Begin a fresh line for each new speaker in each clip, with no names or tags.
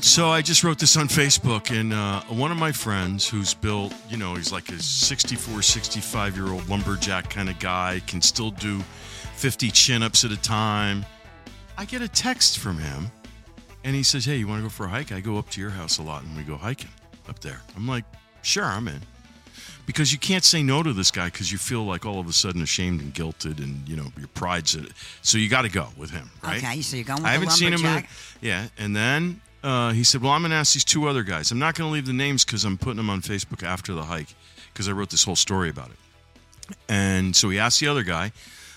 So I just wrote this on Facebook, and uh, one of my friends who's built, you know, he's like a 64, 65 year old lumberjack kind of guy, can still do 50 chin ups at a time. I get a text from him, and he says, Hey, you want to go for a hike? I go up to your house a lot, and we go hiking up there. I'm like, Sure, I'm in. Because you can't say no to this guy because you feel like all of a sudden ashamed and guilted, and, you know, your pride's in it. So you got to go with him, right?
Okay, so you're going with
I
the
haven't seen him. in-
lumberjack.
yeah, and then uh, he said, "Well, I'm going to ask these two other guys. I'm not going to leave the names because I'm putting them on Facebook after the hike because I wrote this whole story about it." And so he asked the other guy.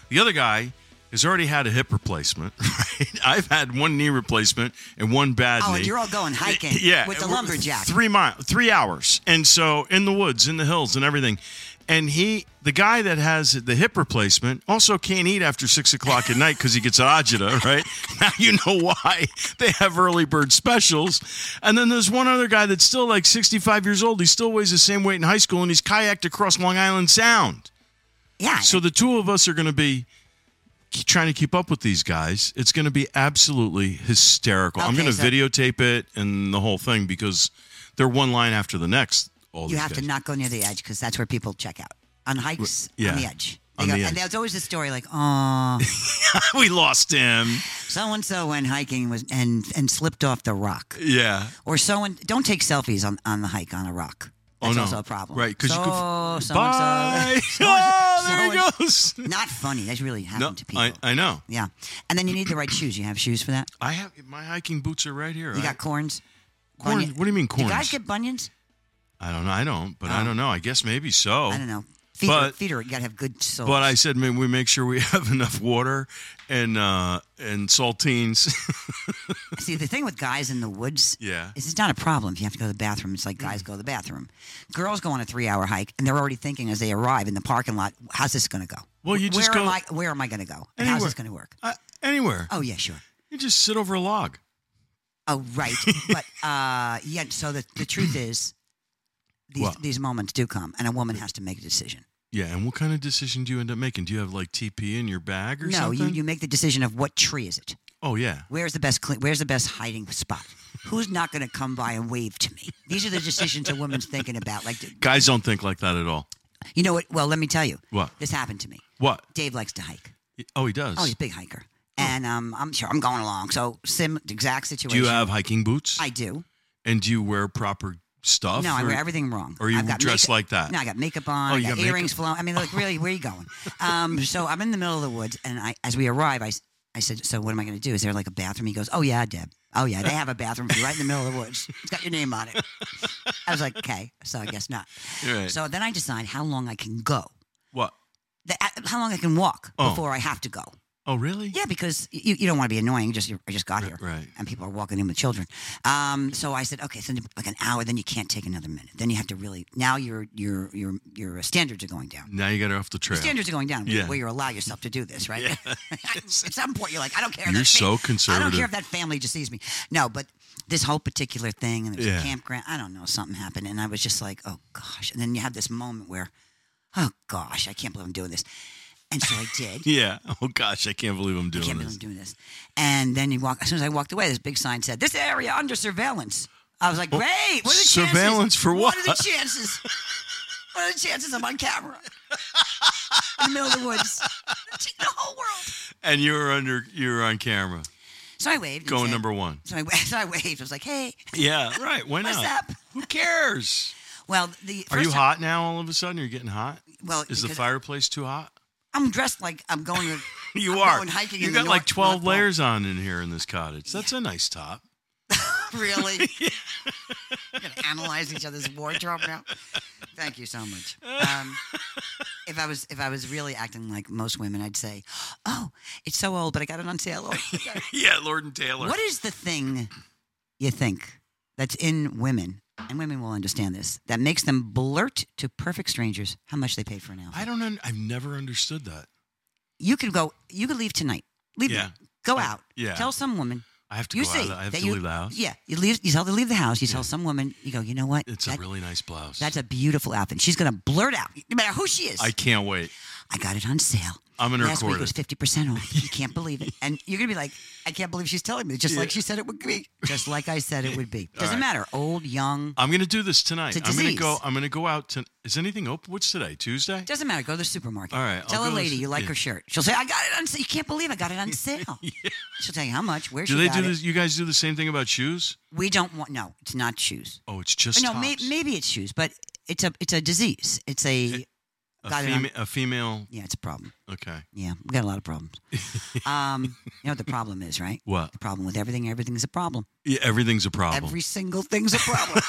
The other guy has already had a hip replacement. Right? I've had one knee replacement and one bad
Oh,
knee.
and you're all going hiking
yeah,
with the
we're-
lumberjack.
Three mile, three hours, and so in the woods, in the hills, and everything. And he, the guy that has the hip replacement, also can't eat after six o'clock at night because he gets agita. Right now, you know why they have early bird specials. And then there's one other guy that's still like 65 years old. He still weighs the same weight in high school, and he's kayaked across Long Island Sound.
yeah.
So the two of us are going to be k- trying to keep up with these guys. It's going to be absolutely hysterical. I'm
Okay,
going to
so-
videotape it and the whole thing because they're one line after the next. All
you
these
have to
guys.
not go near the edge because that's where people check out on hikes
yeah,
on the edge. They
on
go,
the
And
edge.
there's always a story like, oh,
we lost him.
so and so went hiking was and and slipped off the
Uh,
rock,
Yeah.
or so and don't take selfies on on the hike on a rock.
oh
That's
no.
also a problem,
Right? Because
so,
you could.
so
Bye.
and so.
oh, there
so-
it goes.
Not funny. That's really happened
No,
to people.
I, I know.
yeah, and then you need the right shoes. You have shoes for that.
I have my hiking boots are right here.
You
I-
got corns.
corns.
bunion-
What do you mean corns?
Do guys get bunions?
I don't know. I don't, but I
Oh.
don't know. I guess maybe so.
I don't know. Feet, are,
But-
feet are you gotta have good soles.
But I said, man, we make sure we have enough water and uh, and saltines.
See, the thing with guys in the woods
Yeah. Mm.
is it's not a problem if you have to go to the bathroom. It's like guys go to the bathroom. Girls go on a three hour hike and they're already thinking as they arrive in the parking lot, how's this going to go?
Well, you
Wh-
just
where
go-
Am I, where am I going to go? And how's
Anywhere.
this going to work?
uh, anywhere.
Oh, yeah, sure.
You just sit over a log.
Oh, right. but uh, yeah, so the, the truth is, these,
What?
these moments do come and a woman has to make a decision.
Yeah, and what kind of decision do you end up making? Do you have like TP in your bag or
no,
something?
you, you make the decision of what tree is it?
oh yeah,
Where's the best clean, where's the best hiding spot? Who's not going to come by and wave to me? These are the decisions a woman's thinking about. Like,
guys don't think like that at all.
you know what? Well, let me tell you.
What?
This happened to me.
What?
Dave likes to hike.
Oh, he does.
Oh, he's a big hiker. And um, I'm sure I'm going along. So, sim exact
do
situation.
you have hiking boots?
I do.
and do you wear proper stuff?
No, I
or-
wear everything wrong.
or you
I've got
dress
makeup-
like that?
No, I got makeup on.
Oh,
I
you
got,
got
earrings flowing. I mean, like, really, where are you going? Um, so I'm in the middle of the woods, and I, as we arrive, I, s- I said, "So what am I going to do? Is there like a bathroom?" He goes, "Oh yeah, Deb. Oh yeah, they have a bathroom for you right in the middle of the woods. It's got your name on it." I was like, "Okay, so I guess not."
Right.
So then I decide how long I can go,
What?
the, uh, how long I can walk
Oh.
before I have to go.
Oh, really?
Yeah, because you, you don't want to be annoying. Just you I just got here,
right.
And people are walking in with children. Um, so I said, okay, so like an hour. Then you can't take another minute. Then you have to really now your your your your standards are going down.
Now you got her off the trail.
Standards are going down.
Yeah.
Where you allow yourself to do this, right? At some point, you're like, I don't care. if
You're
that fa-
so
I don't
conservative.
care if that family just sees me. No, but this whole particular thing, and there was
Yeah.
a campground. I don't know. Something happened, and I was just like, oh gosh. And then you have this moment where, oh gosh, I can't believe I'm doing this. And so I did.
Yeah. Oh gosh, I can't believe I'm doing
can't believe
this.
I'm doing this. And then he walked. As soon as I walked away, this big sign said, "This area under surveillance." I was like, "Great! What are the
surveillance
chances?
for
What are the
what?
chances? what are the chances I'm on camera in the middle of the woods, the whole world?"
And you're under. You're on camera.
So I waved. and
Going
said-
number one.
So I, wa- so I waved. I was like, "Hey,
Yeah. Right. Why
what's
not?
up?"
Who cares?
Well, the
Are you
first time-
hot now? All of a sudden, you're getting hot.
Well,
is the
because
fireplace too hot?
I'm dressed like I'm going to.
You
I'm
are.
going hiking.
you
in
got
the
like
North- North
twelve
Pole.
layers on in here in this cottage. That's a nice top.
Really? We're gonna analyze each other's wardrobe now. Thank you so much. Um, if I was if I was really acting like most women, I'd say, "Oh, it's so old, but I got it on sale."
yeah, Lord and Taylor.
what is the thing you think that's in women, and women will understand this, that makes them blurt to perfect strangers how much they paid for an outfit?
I don't. Un- I've never understood that.
you could go. You could leave tonight. Leave.
Yeah.
Go out.
yeah.
Tell some woman
I have to
you
go
see
out. I have
that
to
you,
leave the house.
Yeah, you leave. You tell her to leave the house. You tell some woman. You go. You know what?
It's
That-
a really nice blouse.
That's a beautiful outfit. She's gonna blurt out, no matter who she is.
I
I,
can't wait.
got it on sale.
I'm gonna
Last week
record
was
it.
fifty percent off. You can't believe it, and you're gonna be like, I can't believe she's telling me, just like she said it would be, just like I said it would be. Doesn't
right.
matter, old, young,
I'm gonna do this tonight.
It's a
I'm gonna
disease.
go. I'm gonna go out to. Is anything open? What's today? Tuesday.
doesn't matter. Go to the supermarket.
All right, I'll
Tell
go
a
to the
lady
su-
you like
yeah.
her shirt. She'll say, I got it on. sale. You can't believe I got it on sale. She'll tell you how much. Where
do
she
they
got
do
it.
this? You guys do the same thing about shoes?
We don't want. No, it's not shoes.
Oh, it's just
no, may,
tops.
maybe it's shoes, but it's a it's a disease. It's a
a,
got it on-
fema- a female.
yeah, it's a problem.
Okay.
Yeah, we got a lot of problems. um, you know what the problem is, right?
What?
The problem with everything, everything's a problem.
Yeah, everything's a problem.
Every single thing's a problem.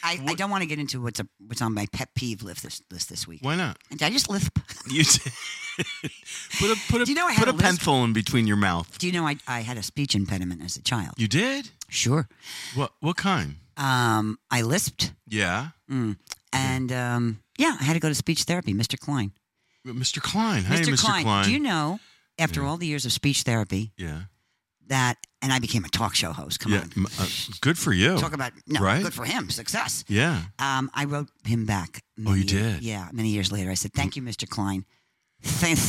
I, I don't want to get into what's a, what's on my pet peeve list this list this week.
Why not?
And I just lisp.
You t- put a put a
Do you know I had
put
a
a
list?
pencil in between your mouth.
Do you know I, I had a speech impediment as a child?
You did?
Sure.
What what kind?
Um, I lisped,
Yeah,
and um, yeah, I had to go to speech therapy. Mr. Klein.
Mr. Klein. Hey, Mr. Klein.
do you know after all the years of speech therapy
yeah,
that, and I became a talk show host. Come
yeah.
on,
m- uh, good for you.
talk about no,
Right?
good for him, success.
yeah.
Um, I wrote him back.
Oh, you
many years-
did?
Yeah, many years later, I said, "Thank you, Mr. Klein. Thank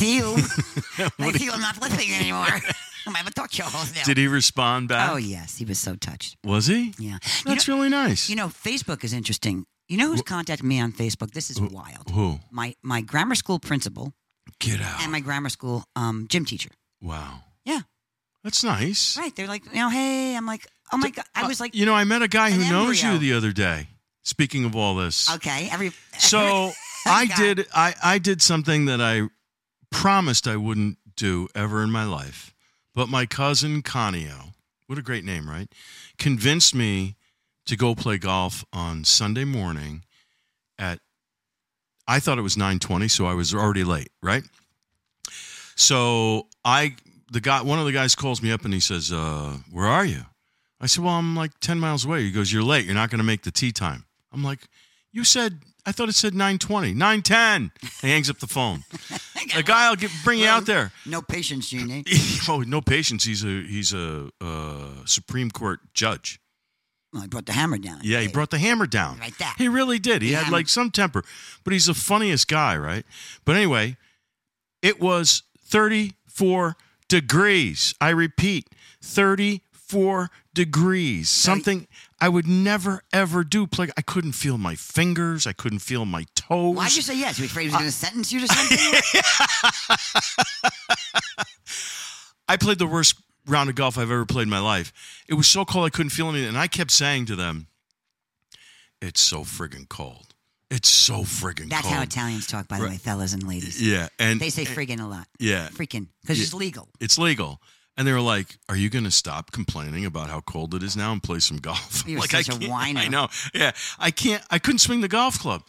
you. Thank you. I'm not listening anymore. I'm a talk show host now."
Did he respond back?
oh yes, he was so touched.
Was he?
Yeah, you know,
That's really nice.
you know, Facebook is interesting. You know who's contacted me on Facebook? This is wild.
Who?
My my grammar school principal
Get out!
and my grammar school um, gym teacher.
wow,
Yeah,
that's nice.
Right. They're like, you know, hey, I'm like, oh my God. I
Uh,
was like,
you know, I met a guy who
an
knows you
embryo.
the other day. Speaking of all this,
okay, every.
so I
God.
did. I I did something that I promised I wouldn't do ever in my life. But my cousin Conio, what a great name, right? Convinced me to go play golf on Sunday morning at I thought it was 9:20, so I was already late, right? So I the guy one of the guys calls me up and he says, uh, where are you? I said, Well, I'm like 10 miles away. He goes, You're late. You're not gonna make the tea time. I'm like, You said I thought it said 9:20, 9:10. He hangs up the phone. the guy will get bring you out there.
no patience, Genie.
oh, no patience. He's a he's a uh, Supreme Court judge.
Well, he brought the hammer down.
Yeah, he
Hey,
brought the hammer down.
Like that.
He really did. He had
Hammer.
like some temper, but he's the funniest guy, right? But anyway, it was 34 degrees. I repeat, 34 degrees. Something I would never ever do. Play. I couldn't feel my fingers. I couldn't feel my toes.
Why'd you say yes? Were you afraid he was
Uh,
going to sentence you to something?
I played the worst round of golf I've ever played in my life. It was so cold I couldn't feel anything, and I kept saying to them, "It's so friggin' cold. It's so friggin'
That's
cold."
how Italians talk, by the way, fellas and ladies.
Yeah, and
They say friggin' a lot.
Eh, yeah,
Freaking, because it's legal.
it's legal. And they were like, "Are you going to stop complaining about how cold it is now and play some golf?"
You're
like
such a
can't-
whiner.
I know. Yeah, I can't. I couldn't swing the golf club.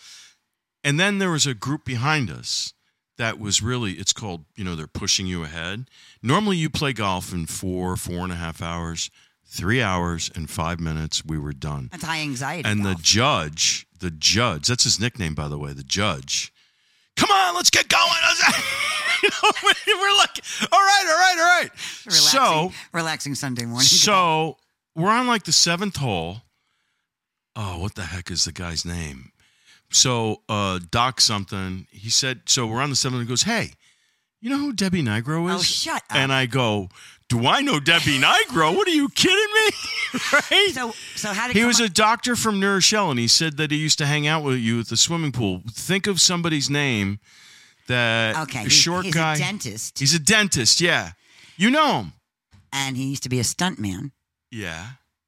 And then there was a group behind us that was really. It's called. You know, they're pushing you ahead. Normally, you play golf in four, four and a half hours, three hours, and five minutes. We were done.
That's high anxiety.
And the
golf.
judge, the judge, that's his nickname, by the way, the judge. Come on, let's get going. You know, we're like, all right, all right, all right.
relaxing,
So,
relaxing Sunday morning.
so we're on like the seventh hole. Oh, what the heck is the guy's name? So, uh, Doc something, he said, so we're on the seventh and he goes, hey, you know who Debbie Nigro is?
Oh, shut up.
And I go, do I know Debbie Nigro? What are you kidding me? right?
so, so how did
He
come
was
up-
a doctor from New Rochelle, and he said that he used to hang out with you at the swimming pool. Think of somebody's name that
okay?
a
he-
short
he's
guy.
a dentist,
He's a dentist. Yeah, you know him.
and he used to be a stuntman.
Yeah,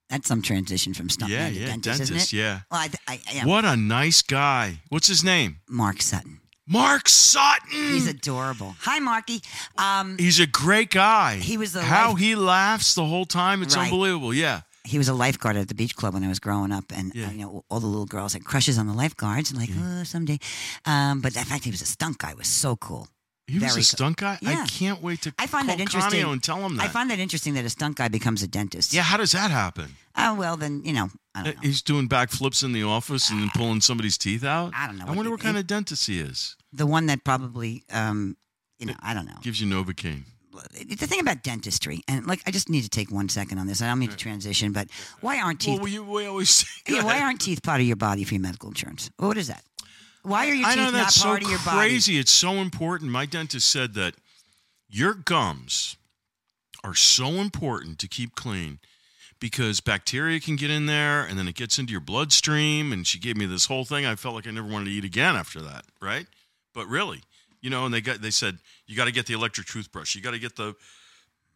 That's some transition from stuntman
yeah,
to
yeah.
dentist, isn't it?
yeah.
Well, I, I, I am
What a nice guy. What's his name?
Mark Sutton.
Mark Sutton.
He's adorable. Hi, Marky. Um,
He's a great guy.
He was the
how
life-
he laughs the whole time. It's
Right.
unbelievable. Yeah.
he was a lifeguard at the beach club when I was growing up, and uh,
Yeah.
you know all the little girls had crushes on the lifeguards, and like, oh, someday. Um, but the fact he was a stunt guy was so cool.
He was
Very
a
co-
stunt guy. I
Yeah.
can't wait to
I find
call
that interesting.
Conio and tell him that.
I find that interesting that a stunt guy becomes a dentist.
yeah, how does that happen?
Oh well, then you know, I
Uh,
don't know.
He's doing backflips in the office and then pulling somebody's teeth out.
I don't know
I
what
wonder
the-
what kind of dentist he is.
The one that probably, um, you know, I don't know.
Gives you novocaine.
The thing about dentistry, and like, I just need to take one second on this. I don't mean to transition, but why aren't teeth?
Well, we, we always.
yeah, why aren't teeth part of your body for your medical insurance? What is that? Why are your
I
teeth
know
not
that's so
part of your body?
crazy. It's so important. My dentist said that your gums are so important to keep clean because bacteria can get in there and then it gets into your bloodstream. And she gave me this whole thing. I felt like I never wanted to eat again after that, right? But really, you know, and they got they said you got to get the electric toothbrush, you got to get the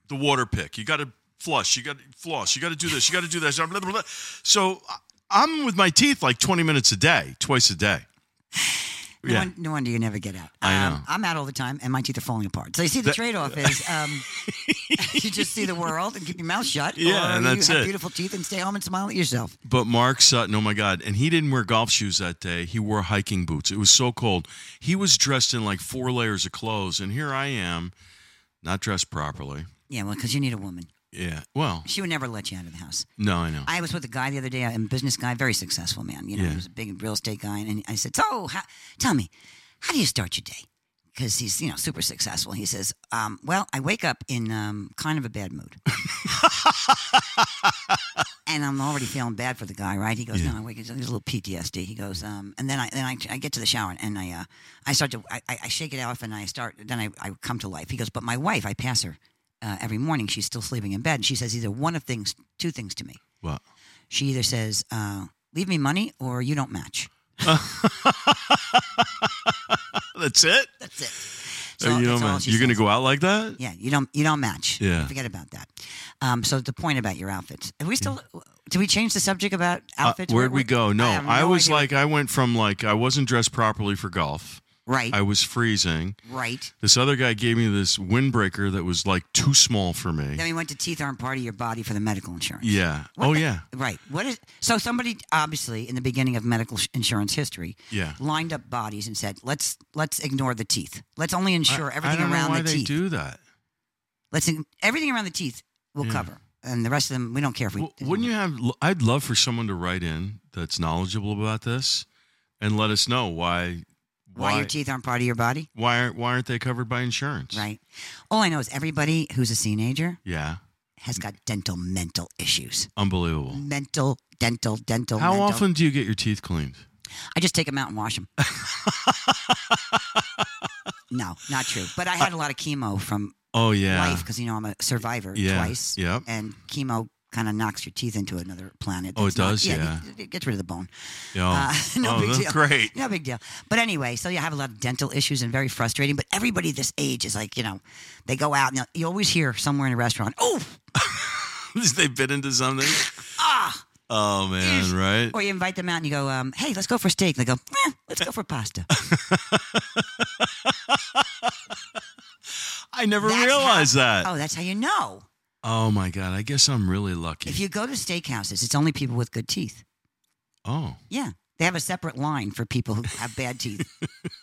the water pick, you got to flush, you got to floss, you got to do this, you got to do that. blah, blah, blah, blah. So I- I'm with my teeth like 20 minutes a day, twice a day.
No, one- no wonder you never get out.
I
um,
know.
I'm out all the time, and my teeth are falling apart. So you see, the
That-
trade-off is um, you just see the world and keep your mouth shut.
Yeah,
or
and that's
you have
it.
Beautiful teeth, and stay home and smile at yourself.
But Mark Sutton, oh my God. And he didn't wear golf shoes that day. He wore hiking boots. It was so cold. He was dressed in like four layers of clothes. And here I am, not dressed properly.
Yeah, well, because you need a woman.
Yeah. Well,
She would never let you out of the house.
no, I know.
I was with a guy the other day, a business guy, very successful man. You know,
Yeah.
he was a big real estate guy, and I said, "So, how, tell me, how do you start your day?" Because he's you know super successful. He says, um, "Well, I wake up in um, kind of a bad mood." And I'm already feeling bad for the guy, right? He goes,
Yeah.
"No, I wake up. There's a little PTSD." He goes, um, and then I then I, I get to the shower and I uh, I start to I, I I shake it off and I start then I, I come to life. He goes, "But my wife, I pass her uh, every morning. She's still sleeping in bed, and she says either one of things, two things to me
What?
she either says, uh, "Leave me money," or "You don't match."
That's it?
That's it.
Oh, you
that's
know,
all
man.
she
You're going to
says.
go out like that?
Yeah, you don't. You don't match.
Yeah.
Forget about that. Um, so the point about your outfits. Are we still? Did we change the subject about
Uh,
outfits?
where'd we go? No,
have
I, was
idea.
like, I went from like, I wasn't dressed properly for golf.
right,
I was freezing.
right.
This other guy gave me this windbreaker that was like too small for me.
Then we went to teeth aren't part of your body for the medical insurance.
Yeah. Oh, yeah.
Right. What is so? Somebody obviously in the beginning of medical sh- insurance history,
Yeah.
lined up bodies and said, "Let's let's ignore the teeth. Let's only insure
I-
everything
I don't
around
know why
the
they do
teeth.
that.
Let's in- everything around the teeth we'll
Yeah.
cover, and the rest of them we don't care if we
W- wouldn't you have? l- I'd love for someone to write in that's knowledgeable about this, and let us know why
why,
why
your teeth aren't part of your body,
why aren't why aren't they covered by insurance?
right? All I know is everybody who's a teenager
Yeah,
has got dental mental issues.
unbelievable.
Mm, Mental, dental, dental.
How
mental.
often do you get your teeth cleaned?
I just take them out and wash them. no, not true. But I had a lot of chemo from
Oh
life 'cause
yeah,
life because you know I'm a survivor
yeah,
twice, Uh,
yep.
and chemo kind of knocks your teeth into another planet.
Oh, it
that's not-
does?
it- it gets rid of the bone.
Yeah.
Uh, no
oh,
big
that's
deal.
great.
No big deal. But anyway, so you have a lot of dental issues and very frustrating. But everybody this age is like, you know, they go out and you always hear somewhere in a restaurant, oh,
They've been into something.
ah.
Oh man, right?
Or you invite them out and you go, um, hey, let's go for steak. They go, eh, let's go for pasta.
I never
That's
realized that.
oh, that's how you know.
Oh my god, I guess I'm really lucky.
If you go to steakhouses, it's only people with good teeth.
oh,
Yeah. They have a separate line for people who have bad teeth.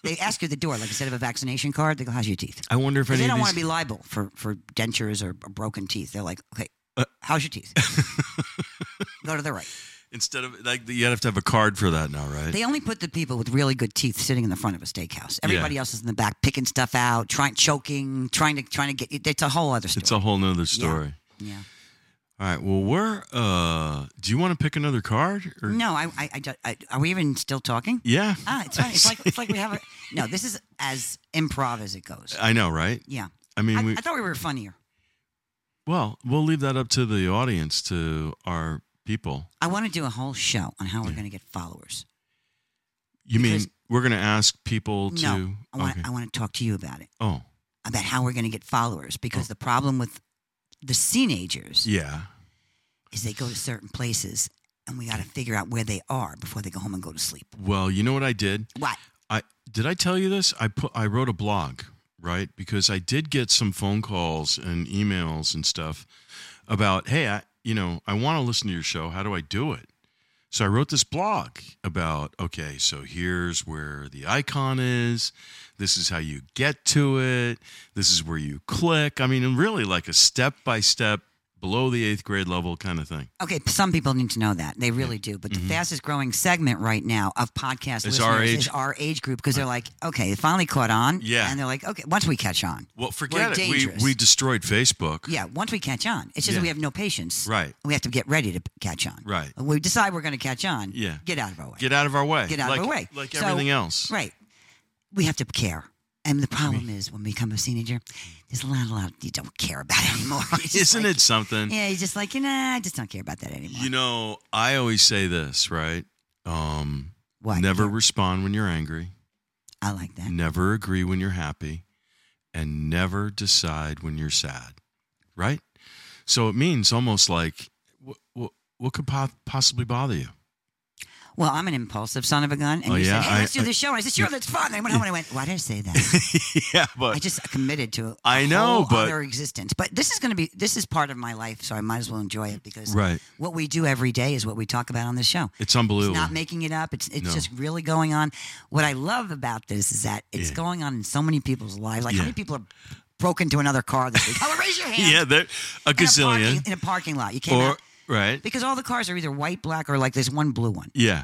they ask you at the door, like instead of a vaccination card, they go, how's your teeth?
I wonder if
Because
any
they
of
don't want to
these-
be liable for, for dentures or, or broken teeth. They're like, okay,
Uh,
how's your teeth? Go to the right.
instead of like you'd have to have a card for that now, right?
They only put the people with really good teeth sitting in the front of a steakhouse. Everybody else is in the back picking stuff out, trying choking, trying to trying to get. It's a whole other story.
it's a whole nother story.
yeah.
All right. Well, we're. Uh, do you want to pick another card? Or?
No, I, I, I, ju- I- are we even still talking?
Yeah.
Mm. Ah, it's funny. It's like it's like we have a no. This is as improv as it goes.
I know, right?
Yeah.
I mean,
I,
we.
I thought we were funnier.
well, we'll leave that up to the audience, to our people.
I want to do a whole show on how we're going to get followers.
You
Because-
mean we're going to ask people to?
No, I want
okay.
I want to talk to you about it
oh,
about how we're going to get followers because the problem with the teenagers
yeah.
is they go to certain places and we got to figure out where they are before they go home and go to sleep.
Well, you know what I did?
What?
I did I tell you this? I put I wrote a blog, right? Because I did get some phone calls and emails and stuff about, hey, I you know, I want to listen to your show. How do I do it? So I wrote this blog about, okay, so here's where the icon is. This is how you get to it. This is where you click. I mean, really like a step by step below the eighth grade level kind of thing.
Okay, some people need to know that. They really do. But the fastest growing segment right now of podcast
Mm-hmm. Is
listeners
our age-
is our age group because they're like, okay, it finally caught on.
Yeah.
And they're like, okay, once we catch on.
Well, forget it. We,
dangerous.
we destroyed Facebook.
Yeah, once we catch on. It's just
Yeah.
we have no patience.
Right.
We have to get ready to p- catch on.
Right.
We decide we're going to catch on.
Yeah.
Get out of our way.
Get out of our way.
Get out of
like,
our way.
Like
So-
everything else.
Right. We have to care. And the problem is when we become a teenager, there's a lot, a lot you don't care about anymore.
Isn't it something?
Yeah, you're just like, nah, I just don't care about that anymore.
You know, I always say this, right? Um,
what?
never respond when you're angry.
I like that.
never agree when you're happy and never decide when you're sad right so it means almost like what, what, what could po- possibly bother you
Well, I'm an impulsive son of a gun. And
Oh,
you
yeah,
said, hey,
I-
let's do this show. And I said, sure, that's fun. And I went home and I went, why did I say that?
yeah
I
but
just committed to a
I know,
whole
but-
other existence. But this is going to be this is part of my life, so I might as well enjoy it because
right
what we do every day is what we talk about on this show.
it's
It's
unbelievable
not making it up. It's it's
No.
just really going on. What I love about this is that it's
Yeah.
going on in so many people's lives. Like
Yeah.
how many people are broke into another car this week? Oh, raise your hand.
yeah there a
in a parking-
gazillion
in a parking lot. You came
or
out
right
because all the cars are either white, black, or like there's one blue one.
yeah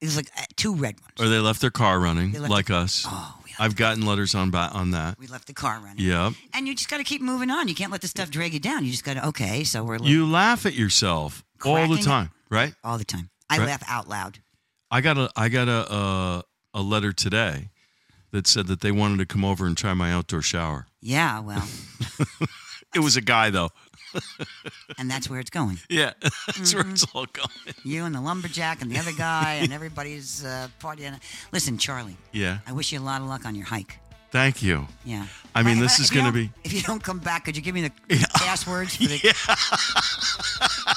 There's like uh, two red ones.
or they left their car running
They left
like us
oh, we left,
i've gotten letters on ba- on that
we left the car running.
yeah
And you just got to keep moving on. You can't let this stuff drag you down. You just got to okay. So we're
you laugh at yourself all
Cracking
the
up.
time right
all the time. I
Right.
laugh out loud.
I got a I got a uh, a letter today that said that they wanted to come over and try my outdoor shower.
Yeah, well,
It was a guy though.
and that's where it's going.
Yeah, that's where it's all going.
You and the lumberjack and the other guy and everybody's uh, partying. Listen, Charlie,
Yeah,
I wish you a lot of luck on your hike.
thank you.
Yeah.
I mean,
Hey,
this
if
is
you
gonna
don't-
be-
If you don't come back, could you give me the passwords for the?